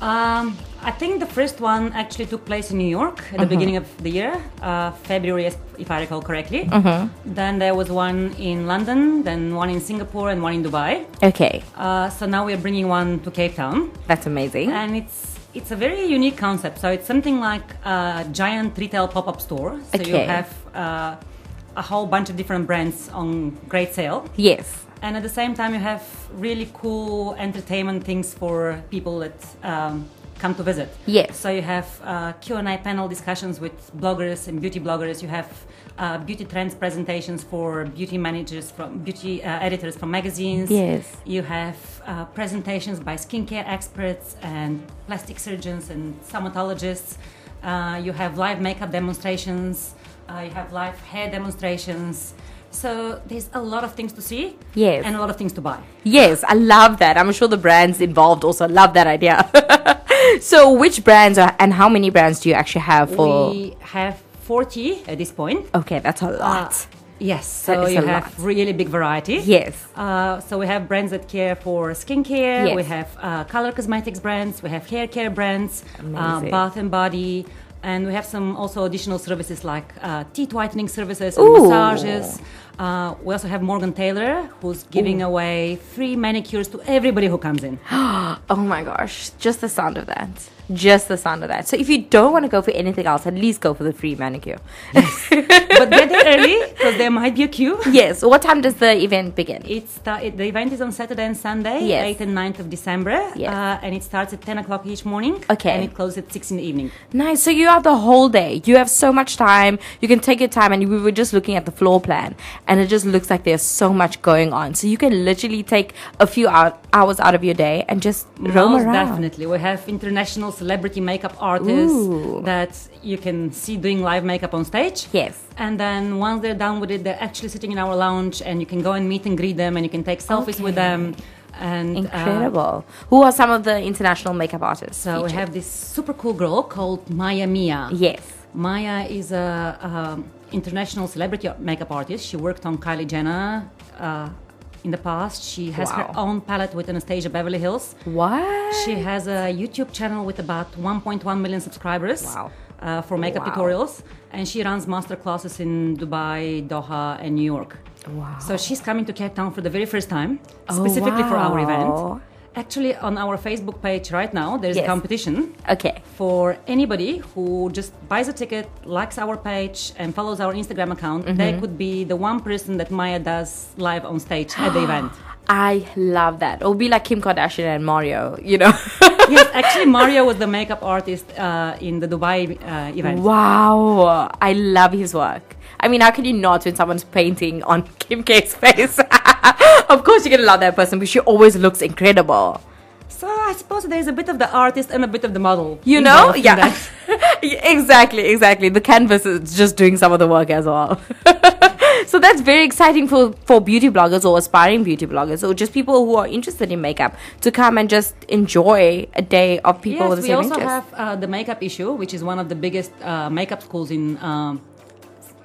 Um, I think the first one actually took place in New York at the beginning of the year, uh, February, as- if I recall correctly. Then there was one in London, then one in Singapore, and one in Dubai. Okay, Uh, so now we are bringing one to Cape Town, that's amazing. and it's it's a very unique concept. So it's something like a giant retail pop-up store. So you Okay. have uh, a whole bunch of different brands on great sale. yes. And at the same time, you have really cool entertainment things for people that um, come to visit. Yes. So you have uh, Q and A panel discussions with bloggers and beauty bloggers. You have uh, beauty trends presentations for beauty managers from beauty uh, editors from magazines. Yes. You have uh, presentations by skincare experts and plastic surgeons and stomatologists. Uh, you have live makeup demonstrations. Uh, you have live hair demonstrations. So there's a lot of things to see. Yes. And a lot of things to buy. Yes, I love that. I'm sure the brands involved also love that idea. so, which brands are, and how many brands do you actually have for? We have 40 at this point. okay, that's a lot. Uh, yes, That so is you a have lot. really big variety. yes. Uh, so we have brands that care for skincare. Yes. We have uh, color cosmetics brands. We have hair care brands, uh, Amazing. bath and body, and we have some also additional services like uh, teeth whitening services and Ooh. massages. Uh, we also have Morgan Taylor, who's giving away free manicures to everybody who comes in. Oh my gosh, just the sound of that. Just the sound of that. So if you don't want to go for anything else, at least go for the free manicure. but get there early because there might be a queue. yes. What time does the event begin? It start, it, the event is on Saturday and Sunday, Yes. 8th and 9th of December, Yes. uh, and it starts at 10 o'clock each morning, Okay. and it closes at 6 in the evening. Nice. So you have the whole day. You have so much time. You can take your time. And we were just looking at the floor plan, and it just looks like there's so much going on. So you can literally take a few hou- hours out of your day and just roam Most around. definitely. We have international celebrity makeup artists Ooh. that you can see doing live makeup on stage. Yes. And then once they're done with it, they're actually sitting in our lounge, and you can go and meet and greet them, and you can take selfies with Okay. them. And uh, Incredible. Who are some of the international makeup artists? so we featured? have this super cool girl called Maya Mia. yes. Maya is a um, international celebrity makeup artist. She worked on Kylie Jenner uh, in the past. She has her Wow. own palette with Anastasia Beverly Hills. What? She has a YouTube channel with about 1.1 million subscribers. Wow. Uh, for makeup Wow. tutorials, and she runs master classes in Dubai, Doha, and New York. Wow. Oh, So she's coming to Cape Town for the very first time, specifically for our wow. event. Actually, on our Facebook page right now, there's Yes. a competition Okay. for anybody who just buys a ticket, likes our page, and follows our Instagram account, they Mm-hmm. could be the one person that Maya does live on stage at the event. I love that. It'll be like Kim Kardashian and Mario, you know. yes, actually, Mario was the makeup artist uh, in the Dubai uh, event. wow. I love his work. I mean, how can you not when someone's painting on Kim K's face? of course, you're going to love that person, but she always looks incredible. So I suppose there's a bit of the artist and a bit of the model. You know? involved in Yeah. that. Yeah, exactly, exactly. The canvas is just doing some of the work as well. so that's very exciting for, for beauty bloggers or aspiring beauty bloggers or just people who are interested in makeup to come and just enjoy a day of people Yes, with the we same also interests. have uh, the makeup issue, which is one of the biggest uh, makeup schools in um,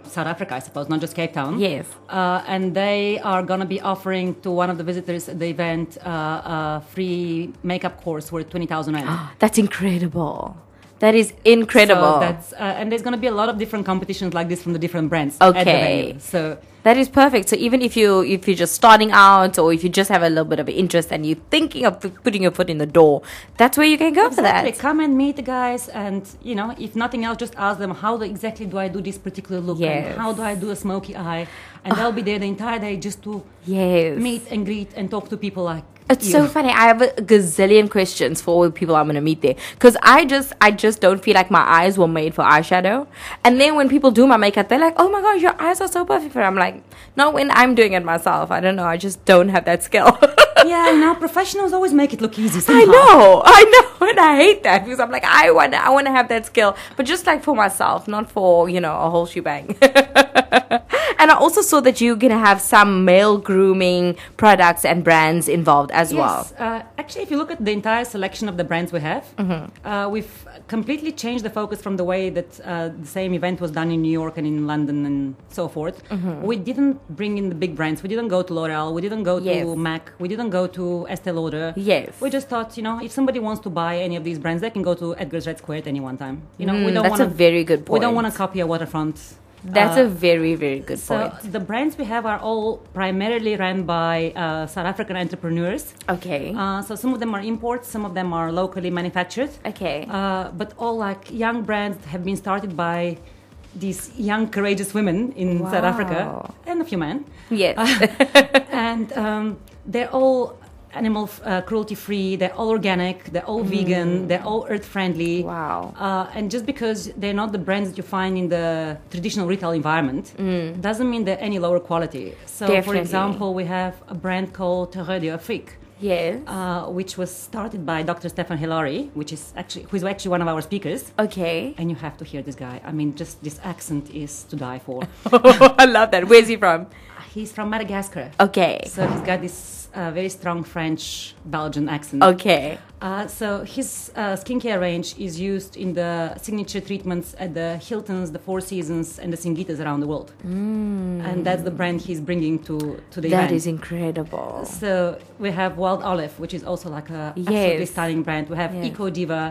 South Africa, I suppose, not just Cape Town. Yes. Uh, and they are going to be offering to one of the visitors at the event uh, a free makeup course worth 20,000 rand. That's incredible. That is incredible. So that's, uh, and there's going to be a lot of different competitions like this from the different brands at the Okay. venue. So that is perfect. So even if you if you're just starting out or if you just have a little bit of interest and you're thinking of p- putting your foot in the door, that's where you can go exactly, for that. come and meet the guys, and you know, if nothing else, just ask them how do, exactly do I do this particular look, Yes. and how do I do a smoky eye, and they'll be there the entire day just to Yes. meet and greet and talk to people like It's you. so funny. I have a gazillion questions for all the people I'm gonna meet there because I just, I just don't feel like my eyes were made for eyeshadow. And then when people do my makeup, they're like, "Oh my gosh, your eyes are so perfect." And I'm like, "No, when I'm doing it myself, I don't know. I just don't have that skill." yeah, now professionals always make it look easy. I somehow. know, I know, and I hate that because I'm like, I want, I want to have that skill, but just like for myself, not for you know a whole shebang. And I also saw that you're gonna have some male grooming products and brands involved as well. Yes, uh, actually, if you look at the entire selection of the brands we have, uh, we've completely changed the focus from the way that uh, the same event was done in New York and in London and so forth. We didn't bring in the big brands. We didn't go to L'Oreal. We didn't go Yes. to MAC. We didn't go to Estee Lauder. Yes. We just thought, you know, if somebody wants to buy any of these brands, they can go to Edgar's Red Square at any one time. You know, we Mm, don't that's want a very good We don't point. want to copy a waterfront. That's uh, a very, very good so point. the brands we have are all primarily run by uh, South African entrepreneurs. Okay. Uh, so some of them are imports, some of them are locally manufactured. Okay. Uh, but all like young brands that have been started by these young courageous women in South Africa Wow. and a few men, yes. and um, they're all animal f- uh, cruelty free. They're all organic. They're all vegan. They're all earth friendly. Hmm. Wow. Uh, and just because they're not the brands that you find in the traditional retail environment doesn't mean they're any lower quality. So, for Hmm. Definitely. example, we have a brand called Terreur d'Afrique, yes. uh, which was started by Dr. Stefan Hilary, which is actually who is actually one of our speakers. Okay. And you have to hear this guy. I mean, just this accent is to die for. I love that. Where's he from? He's from Madagascar, Okay. so he's got this uh, very strong French Belgian accent. Okay. Uh, so his uh, skincare range is used in the signature treatments at the Hiltons, the Four Seasons, and the Singitas around the world, and that's the brand he's bringing to to the Mm. That event. is incredible. so we have Wild Olive, which is also like a absolutely Yes. stunning brand. We have Yes. Eco Diva.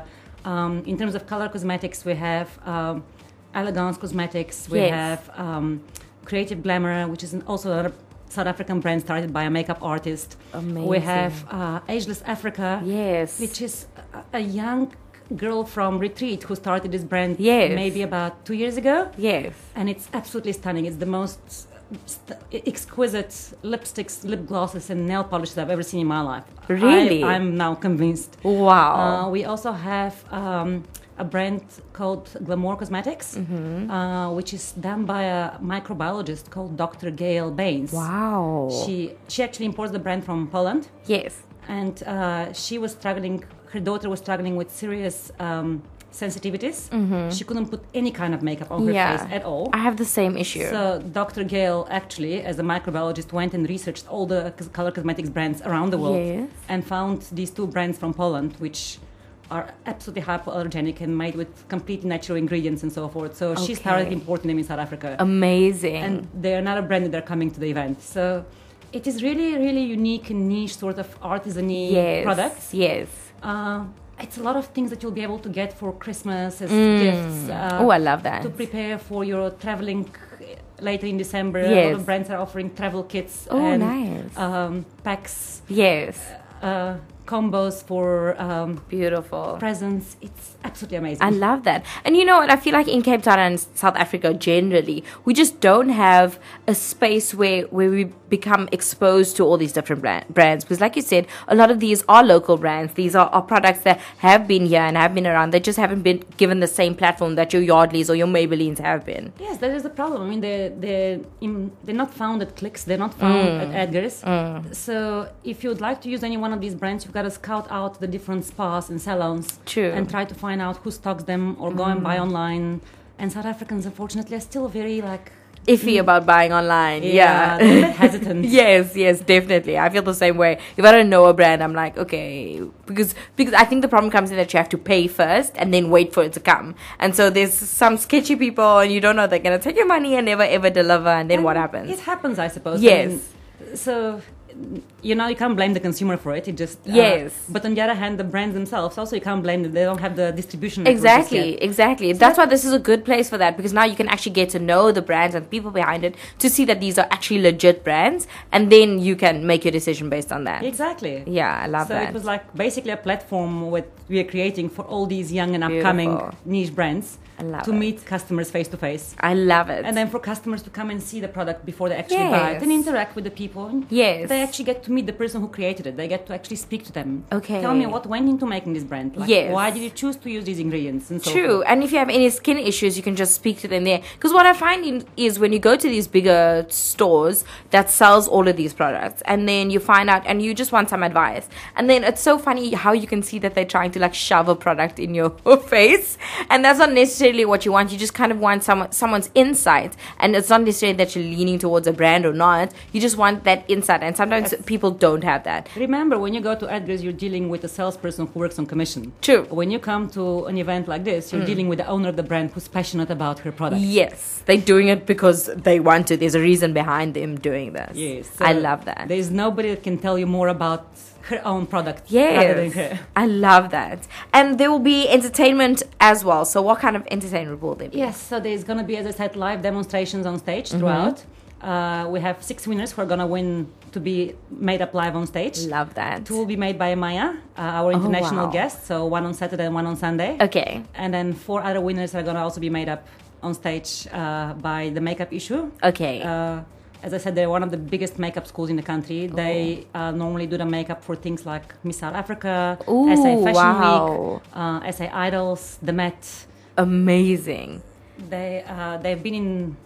Um, in terms of color cosmetics, we have um, Elegance Cosmetics. We Yes. have um, Creative Glamour, which is an, also a South African brand started by a makeup artist. We Amazing. have uh, Ageless Africa Yes. which is a, a young girl from Retreat who started this brand Yes. maybe about two years ago, yes. and it's absolutely stunning. It's the most st- exquisite lipsticks, lip glosses, and nail polishes I've ever seen in my life. Really? Oh. I, am now convinced. Wow. Uh, we also have um, a brand called Glamour Cosmetics, Mm-hmm. uh, which is done by a microbiologist called Dr. Gail Baines. wow. She she actually imports the brand from Poland yes. and uh, she was struggling her daughter was struggling with serious um, sensitivities she couldn't put any kind of makeup on her Mm-hmm. Yeah. face at all I have the same issue. so dr gail actually as a microbiologist went and researched all the cos- color cosmetics brands around the world Yes. and found these two brands from poland which are absolutely hypoallergenic and made with completely natural ingredients and so forth so she started Okay. importing them in south africa Amazing. and they're another brand that are coming to the event so it is really really unique and niche sort of artisany yes. products Yes. uh, it's a lot of things that you'll be able to get for Christmas as Mm. gifts. Uh, oh, I love that. To prepare for your traveling uh, later in December. A lot Yes. of brands are offering travel kits Oh, and nice. um, packs, yes. uh, combos for um, Beautiful. presents. It's absolutely amazing. I love that. And you know what? I feel like in Cape Town and S- South Africa generally, we just don't have a space where, where we become exposed to all these different brand, brands. Because, like you said, a lot of these are local brands. These are, are products that have been here and have been around. They just haven't been given the same platform that your Yardleys or your Maybellines have been. Yes, that is the problem. I mean, they they in, they're not found at clicks. They're not found Mm. at Edgar's. So if you'd like to use any one of these brands, you've got to scout out the different spas and salons, True. Mm. and try to find out who stocks them or go and buy online. And South Africans, unfortunately, are still very like Iffy Mm. about buying online. Yeah. they're a bit hesitant. Yes, yes, definitely. I feel the same way. If I don't know a brand, I'm like, okay, because because I think the problem comes in that you have to pay first and then wait for it to come. And so there's some sketchy people, and you don't know they're gonna take your money and never ever deliver. And then what And happens? It happens, I suppose. Yes. mean, so, you know, you can't blame the consumer for it. It just uh, Yes. But on the other hand, the brands themselves also you can't blame them. They don't have the distribution. network just Exactly, yet. exactly. That's why this is a good place for that because now you can actually get to know the brands and people behind it to see that these are actually legit brands, and then you can make your decision based on that. Exactly. Yeah, I love so that. it was like basically a platform what we are creating for all these young and upcoming Beautiful. niche brands I love to it. meet customers face to face, I love it. and then for customers to come and see the product before they actually buy it Yes. and interact with the people. and Yes. they they actually get to meet the person who created it. They get to actually speak to them. Okay. Tell me what went into making this brand. Like, Yes. Why did you choose to use these ingredients? And so True, forth. and if you have any skin issues, you can just speak to them there. Because what I find in, is when you go to these bigger stores that sells all of these products, and then you find out, and you just want some advice, and then it's so funny how you can see that they're trying to like shove a product in your face, and that's not necessarily what you want. You just kind of want someone someone's insight, and it's not necessarily that you're leaning towards a brand or not. You just want that insight, and sometimes people don't have that. Remember, when you go to Edgar's, you're dealing with a salesperson who works on commission. True. Mm. When you come to an event like this, you're dealing with the owner of the brand who's passionate about her product. Yes, they're doing it because they want to. There's a reason behind them doing this. Yes. I so love that. There is nobody that can tell you more about her own product rather than her. Yes, I love that. And there will be entertainment as well. So, what kind of entertainment will there be? Yes, so there's going to be, as I said, live demonstrations on stage Mm-hmm. throughout. Uh, we have six winners who are going to win to be made up live on stage. Love that. Two will be made by Maya, uh, our international Oh, wow. Uh, guest, so one on Saturday and one on Sunday. Okay. And then four other winners are going to also be made up on stage uh, by the makeup issue. Okay. Uh, as I said, they're one of the biggest makeup schools in the country. Oh. They uh, normally do the makeup for things like Miss South Africa, Ooh, SA Fashion wow. Week, uh, SA Idols, The Met. Amazing. They uh, they've been in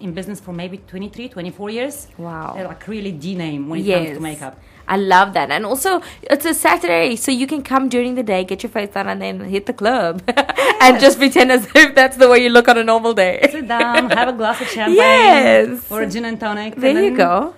in business for maybe 23, 24 years. Wow. They're like really the name when it comes to makeup. I love that. And also, it's a Saturday, so you can come during the day, get your face done, and then hit the club. and just pretend as if that's the way you look on a normal day. Sit down, have a glass of champagne Yes. or a gin and tonic. There and you then- go.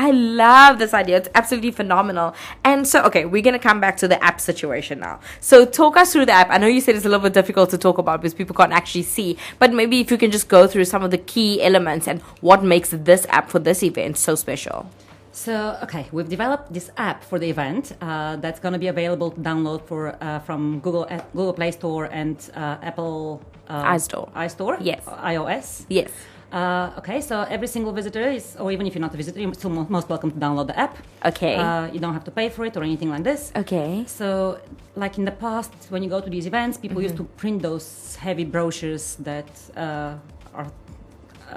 I love this idea. It's absolutely phenomenal. And so, okay, we're going to come back to the app situation now. So, talk us through the app. I know you said it's a little bit difficult to talk about because people can't actually see, but maybe if you can just go through some of the key elements and what makes this app for this event so special. So, okay, we've developed this app for the event uh, that's going to be available to download for uh, from Google Google Play Store and uh, Apple uh, iStore. iStore, Yes. iOS. Yes. Uh, okay, so every single visitor is, or even if you're not a visitor, you're still mo- most welcome to download the app. Okay. Uh, you don't have to pay for it or anything like this. Okay. So, like in the past, when you go to these events, people used Mm-hmm. to print those heavy brochures that uh, are uh,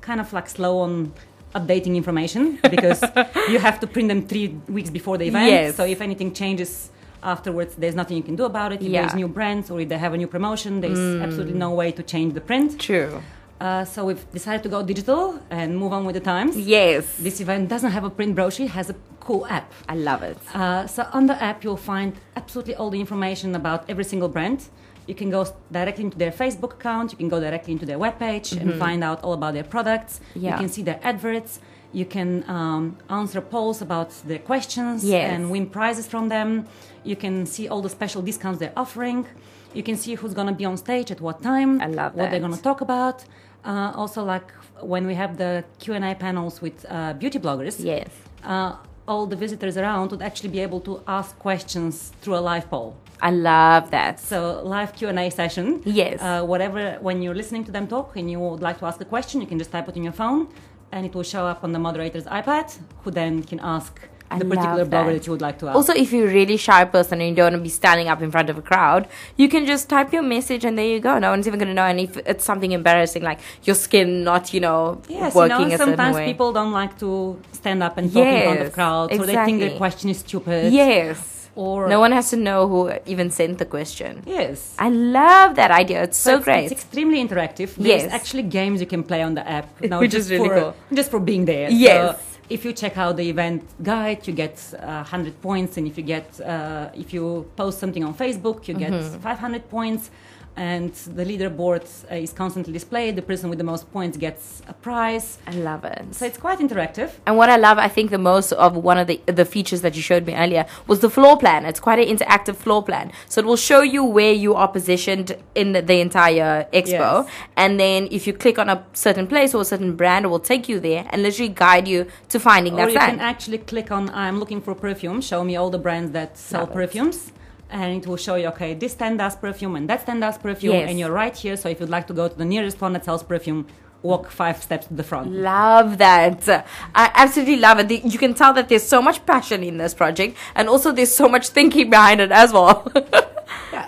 kind of like slow on updating information because you have to print them three weeks before the event. Yes. So, if anything changes afterwards, there's nothing you can do about it. If Yeah. Mm. there's new brands or if they have a new promotion, there's absolutely no way to change the print. True. Uh, so, we've decided to go digital and move on with the times. Yes. This event doesn't have a print brochure, it has a cool app. I love it. Uh, so on the app, you'll find absolutely all the information about every single brand. You can go s- directly into their Facebook account. You can go directly into their webpage and find out all about their products. You Mm-hmm. Yeah. can see their adverts. You can um, answer polls about their questions Yes. and win prizes from them. You can see all the special discounts they're offering. You can see who's going to be on stage at what time. I love What they're that. going to talk about. Uh, also, like when we have the Q and A panels with uh, beauty bloggers Yes. uh, all the visitors around would actually be able to ask questions through a live poll. I love that. So live Q and A session. Yes. Uh, whatever, when you're listening to them talk and you would like to ask a question, you can just type it in your phone, and it will show up on the moderator's iPad, who then can ask I the particular love blogger that. that you would like to ask. Also, if you're a really shy person and you don't want to be standing up in front of a crowd, you can just type your message and there you go. No one's even going to know. And if it's something embarrassing, like your skin not, you know, Yes, you working know, a certain sometimes way. people don't like to stand up and talk in front of Yes, crowds, or they think their exactly. question is stupid. yes. Or No one has to know who even sent the question. Yes. I love that idea. It's so it's- great. It's extremely interactive. There's Yes. actually games you can play on the app now Which just is really for cool. just for being there. Yes. So if you check out the event guide, you get uh, 100 points, and if you get uh, if you post something on Facebook, you get Mm-hmm. 500 points. And the leaderboard uh, is constantly displayed. The person with the most points gets a prize. I love it. So it's quite interactive. And what I love, I think, the most of one of the the features that you showed me earlier was the floor plan. It's quite an interactive floor plan, so it will show you where you are positioned in the, the entire expo. Yes. And then, if you click on a certain place or a certain brand, it will take you there and literally guide you to finding Or that you can brand. actually click on I'm looking for perfume, show me all the brands that sell Love it. perfumes. And it will show you, okay, this 10 does perfume and that 10 does perfume, Yes. and you're right here. So if you'd like to go to the nearest one that sells perfume, walk five steps to the front. Love that. I absolutely love it. The- You can tell that there's so much passion in this project, and also there's so much thinking behind it as well.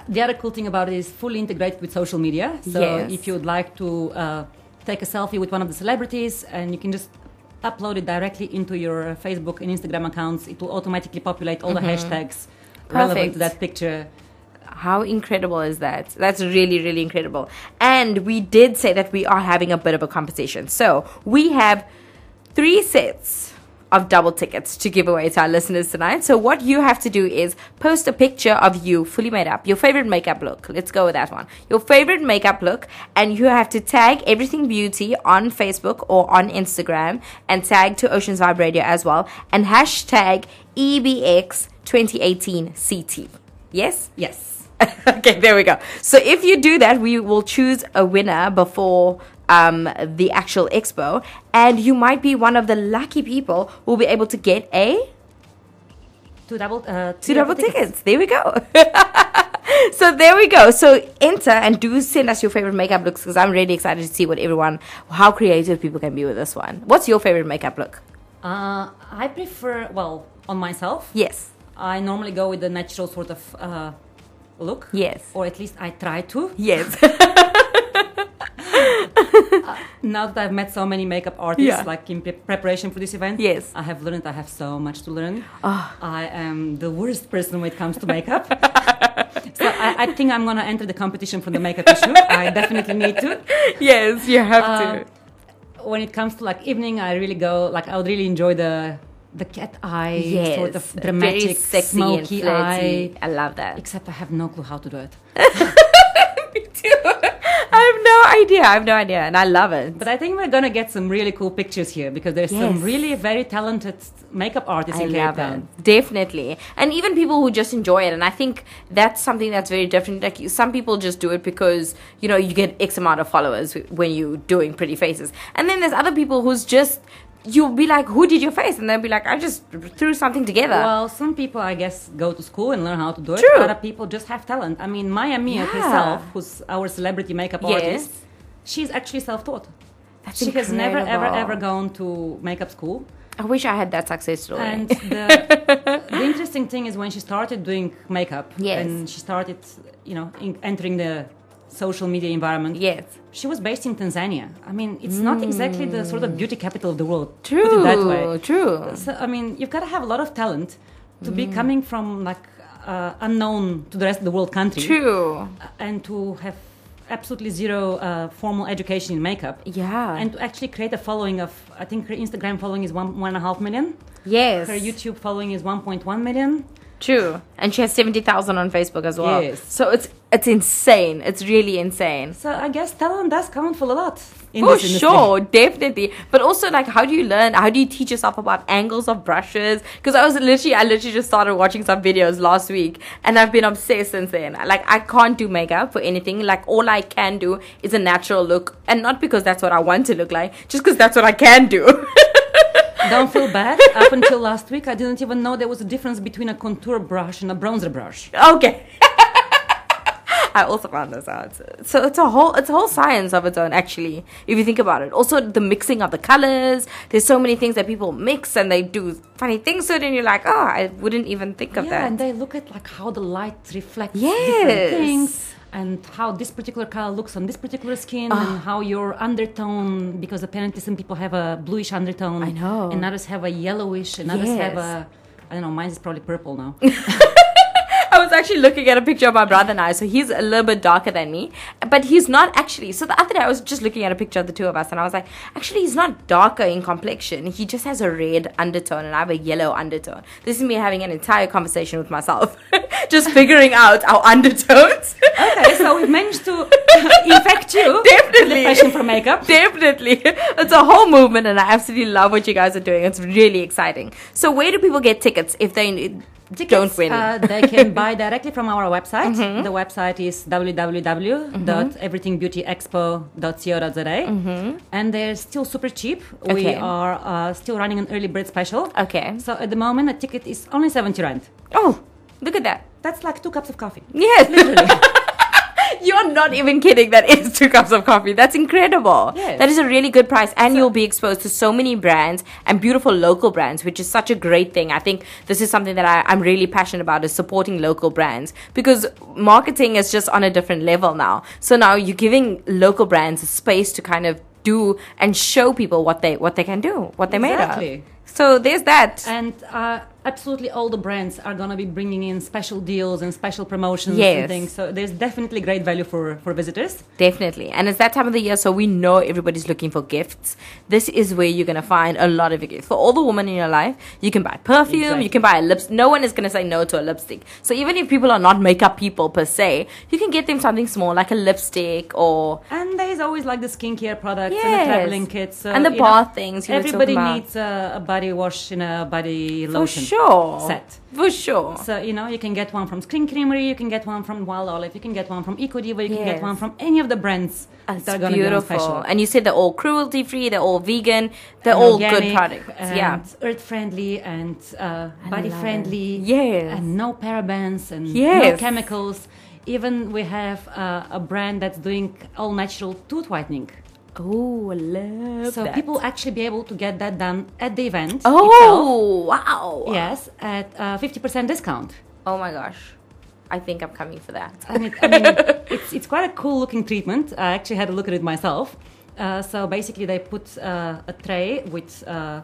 The other cool thing about it is fully integrated with social media. So Yes. if you would like to uh, take a selfie with one of the celebrities, and you can just upload it directly into your Facebook and Instagram accounts. It will automatically populate all the hashtags relevant Mm-hmm. Perfect. to that picture. How incredible is that? That's really, really incredible. And we did say that we are having a bit of a competition. So we have three sets of double tickets to give away to our listeners tonight. So what you have to do is post a picture of you fully made up, your favorite makeup look. Let's go with that one. Your favorite makeup look and you have to tag Everything Beauty on Facebook or on Instagram and tag to Oceans Vibe Radio as well and hashtag E EBX 2018 CT. Yes? Yes. okay, there we go. So if you do that, we will choose a winner before um, the actual expo, and you might be one of the lucky people who will be able to get a Two double, uh, two double tickets. There we go. so there we go. So enter and do send us your favorite makeup looks because I'm really excited to see what everyone, how creative people can be with this one. What's your favorite makeup look? Uh, I prefer, well, on myself, Yes. I normally go with the natural sort of uh, look. Yes. Or at least I try to. Yes. Now that I've met so many makeup artists, Yeah. like in pre- preparation for this event, Yes. Ah. I have learned I have so much to learn. I am the worst person when it comes to makeup. so I, I think I'm gonna enter the competition for the makeup issue. I definitely need to. yes, you have Um, when it comes to like evening, I really go like I would really enjoy the the cat eye Yes. sort of Very dramatic, sexy and smoky eye. flirty. I love that. Except I have no clue how to do it. I have no idea. I have no idea, and I love it. But I think we're gonna get some really cool pictures here because there's some Yes. really very talented makeup artists I in Cape love Town. it. Definitely. And even people who just enjoy it. And I think that's something that's very different. Like you- some people just do it because, you know, you get X amount of followers wh- when you're doing pretty faces. And then there's other people who's just, you'll be like, who did your face? And they'll be like, I just threw something together. Well, some people, I guess, go to school and learn how to do it. True. Other people just have talent. I mean, Maya Mia Yeah. herself, who's our celebrity makeup Yes. artist, she's actually self-taught. That's she has never, ever, incredible. ever gone to makeup school. I wish I had that success story. And the, the interesting thing is when she started doing makeup Yes. and she started, you know, in, entering the social media environment. yes. She was based in Tanzania. I mean, it's not exactly the sort of beauty capital of the world. put it True. that way. True. So I mean, you've got to have a lot of talent to be coming from like uh, unknown to the rest of the world country, True. uh, and to have absolutely zero uh, formal education in makeup, Yeah. and to actually create a following of I think her Instagram following is one one and a half million, yes. her YouTube following is one point one million. True, and she has seventy thousand on Facebook as well. Yes. So it's it's insane. It's really insane. So I guess talent does count for a lot. In For this industry. sure, definitely. But also, like, how do you learn? How do you teach yourself about angles of brushes? Because I was literally, I literally just started watching some videos last week, and I've been obsessed since then. Like, I can't do makeup for anything. Like, all I can do is a natural look, and not because that's what I want to look like, just because that's what I can do. Don't feel bad. Up until last week, I didn't even know there was a difference between a contour brush and a bronzer brush. Okay. I also found this out. So it's a whole it's a whole science of its own actually, if you think about it. Also the mixing of the colours. There's so many things that people mix and they do funny things to it and you're like, oh, I wouldn't even think of yeah, that. and they look at like how the light reflects Yes. different things and how this particular color looks on this particular skin and Ah. how your undertone because apparently some people have a bluish undertone I know. and others have a yellowish and others have Yes. a I don't know, mine is probably purple now. I was actually looking at a picture of my brother and I, so he's a little bit darker than me, but he's not actually. So the other day I was just looking at a picture of the two of us and I was like, actually, he's not darker in complexion. He just has a red undertone and I have a yellow undertone. This is me having an entire conversation with myself, just figuring out our undertones. okay, so we managed to infect you with the Definitely. passion for makeup. Definitely. It's a whole movement and I absolutely love what you guys are doing. It's really exciting. So, where do people get tickets if they don't Tickets, win? Uh, they can buy directly from our website. Mm-hmm. The website is www.everythingbeautyexpo.co.za. And they're still super cheap. We Mm-hmm. Okay. are uh, still running an early bird special. okay. So at the moment, a ticket is only 70 rand. Oh, look at that. That's like two cups of coffee. Yes. Literally. You're not even kidding. That is two cups of coffee. That's incredible. Yes. That is a really good price. And you'll be exposed to so many brands and beautiful local brands, which is such a great thing. I think this is something that I, I'm really passionate about is supporting local brands because marketing is just on a different level now. So now you're giving local brands a space to kind of do and show people what they what they can do, what they made Exactly. of. So there's that. And uh, absolutely all the brands are going to be bringing in special deals and special promotions Yes. and things. So there's definitely great value for, for visitors. Definitely. And it's that time of the year, so we know everybody's looking for gifts. This is where you're going to find a lot of your gifts. For all the women in your life, you can buy perfume, you Exactly. can buy a lips. No one is going to say no to a lipstick. So even if people are not makeup people per se, you can get them something small like a lipstick or. And there's always like the skincare products Yes. and the traveling kits. So, And the you bath things you were talking Everybody about. needs a, a body wash and a body For lotion. sure. set. For sure. So, you know, you can get one from Skin Creamery, you can get one from Wild Olive, you can get one from Eco Diva, you can Yes. get one from any of the brands It's that are going to be on beautiful. special. And you said they're all cruelty free, they're all vegan, they're all good organic products. and yeah. earth friendly and uh, body love it. friendly. Yes. and no parabens and no Yes. chemicals. Even we have uh, a brand that's doing all natural tooth whitening, Oh, I love so that. people actually be able to get that done at the event. itself. Oh, wow. yes, at fifty percent discount. Oh my gosh. I think I'm coming for that. And it, I mean, it's, it's quite a cool looking treatment. I actually had a look at it myself. Uh, so basically, they put uh, a tray with uh,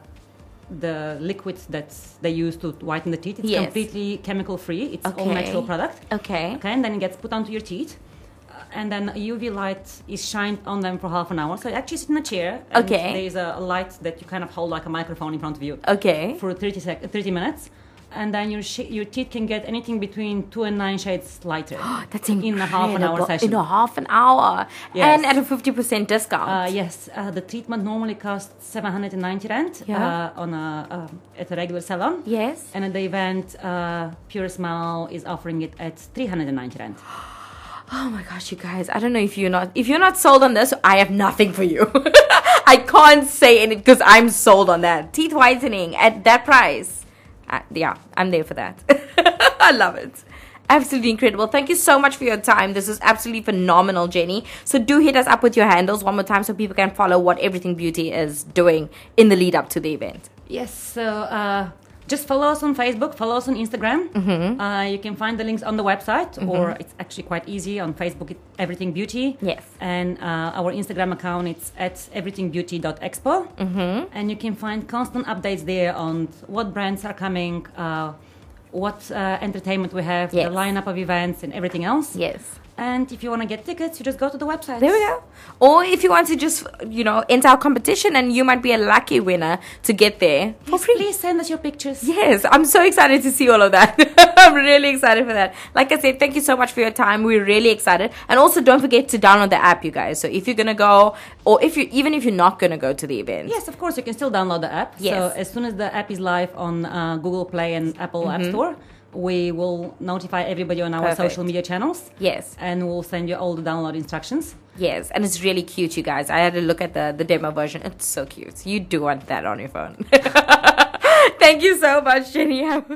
the liquid that they use to whiten the teeth. It's Yes. completely chemical free. It's all Okay. natural product. Okay. Okay, and then it gets put onto your teeth. Uh, And then a UV light is shined on them for half an hour. So you actually sit in a chair. And Okay. There's a, a light that you kind of hold like a microphone in front of you Okay. for 30, sec- 30 minutes. And then your, sh- your teeth can get anything between two and nine shades lighter. That's incredible. In a half an hour session. In a half an hour. Yes. And at a 50% discount. Uh, yes, uh, the treatment normally costs 790 rand Yeah. uh, on a, um at a regular salon. yes. And at the event, uh, Pure Smile is offering it at 390 rand. Oh my gosh, you guys. I don't know if you're not if you're not sold on this, I have nothing for you. I can't say anything because I'm sold on that. Teeth whitening at that price. Uh, yeah, I'm there for that. I love it. Absolutely incredible. Thank you so much for your time. This is absolutely phenomenal, Jenny. So do hit us up with your handles one more time so people can follow what Everything Beauty is doing in the lead up to the event. Yes, so uh, just follow us on Facebook, follow us on Instagram. Mm-hmm. Uh, you can find the links on the website, or it's actually quite easy on Facebook, it, Everything Beauty. Yes. And uh, our Instagram account, it's at everythingbeauty.expo. Mm-hmm. And you can find constant updates there on what brands are coming, uh, what uh, entertainment we have, Yes. the lineup of events, and everything else. Yes. And if you want to get tickets, you just go to the website. There we go. Or if you want to just, you know, enter our competition and you might be a lucky winner to get there for free. Please send us your pictures. Yes, I'm so excited to see all of that. I'm really excited for that. Like I said, thank you so much for your time. We're really excited. And also don't forget to download the app, you guys. So if you're gonna go or if you even if you're not gonna go to the event. Yes, of course, you can still download the app. Yes. So as soon as the app is live on uh, Google Play and Apple App Store, we will notify everybody on our Mm-hmm. Perfect. social media channels. Yes. And we'll send you all the download instructions. Yes. And it's really cute, you guys. I had a look at the, the demo version. It's so cute. You do want that on your phone. thank you so much, Jenny. Have,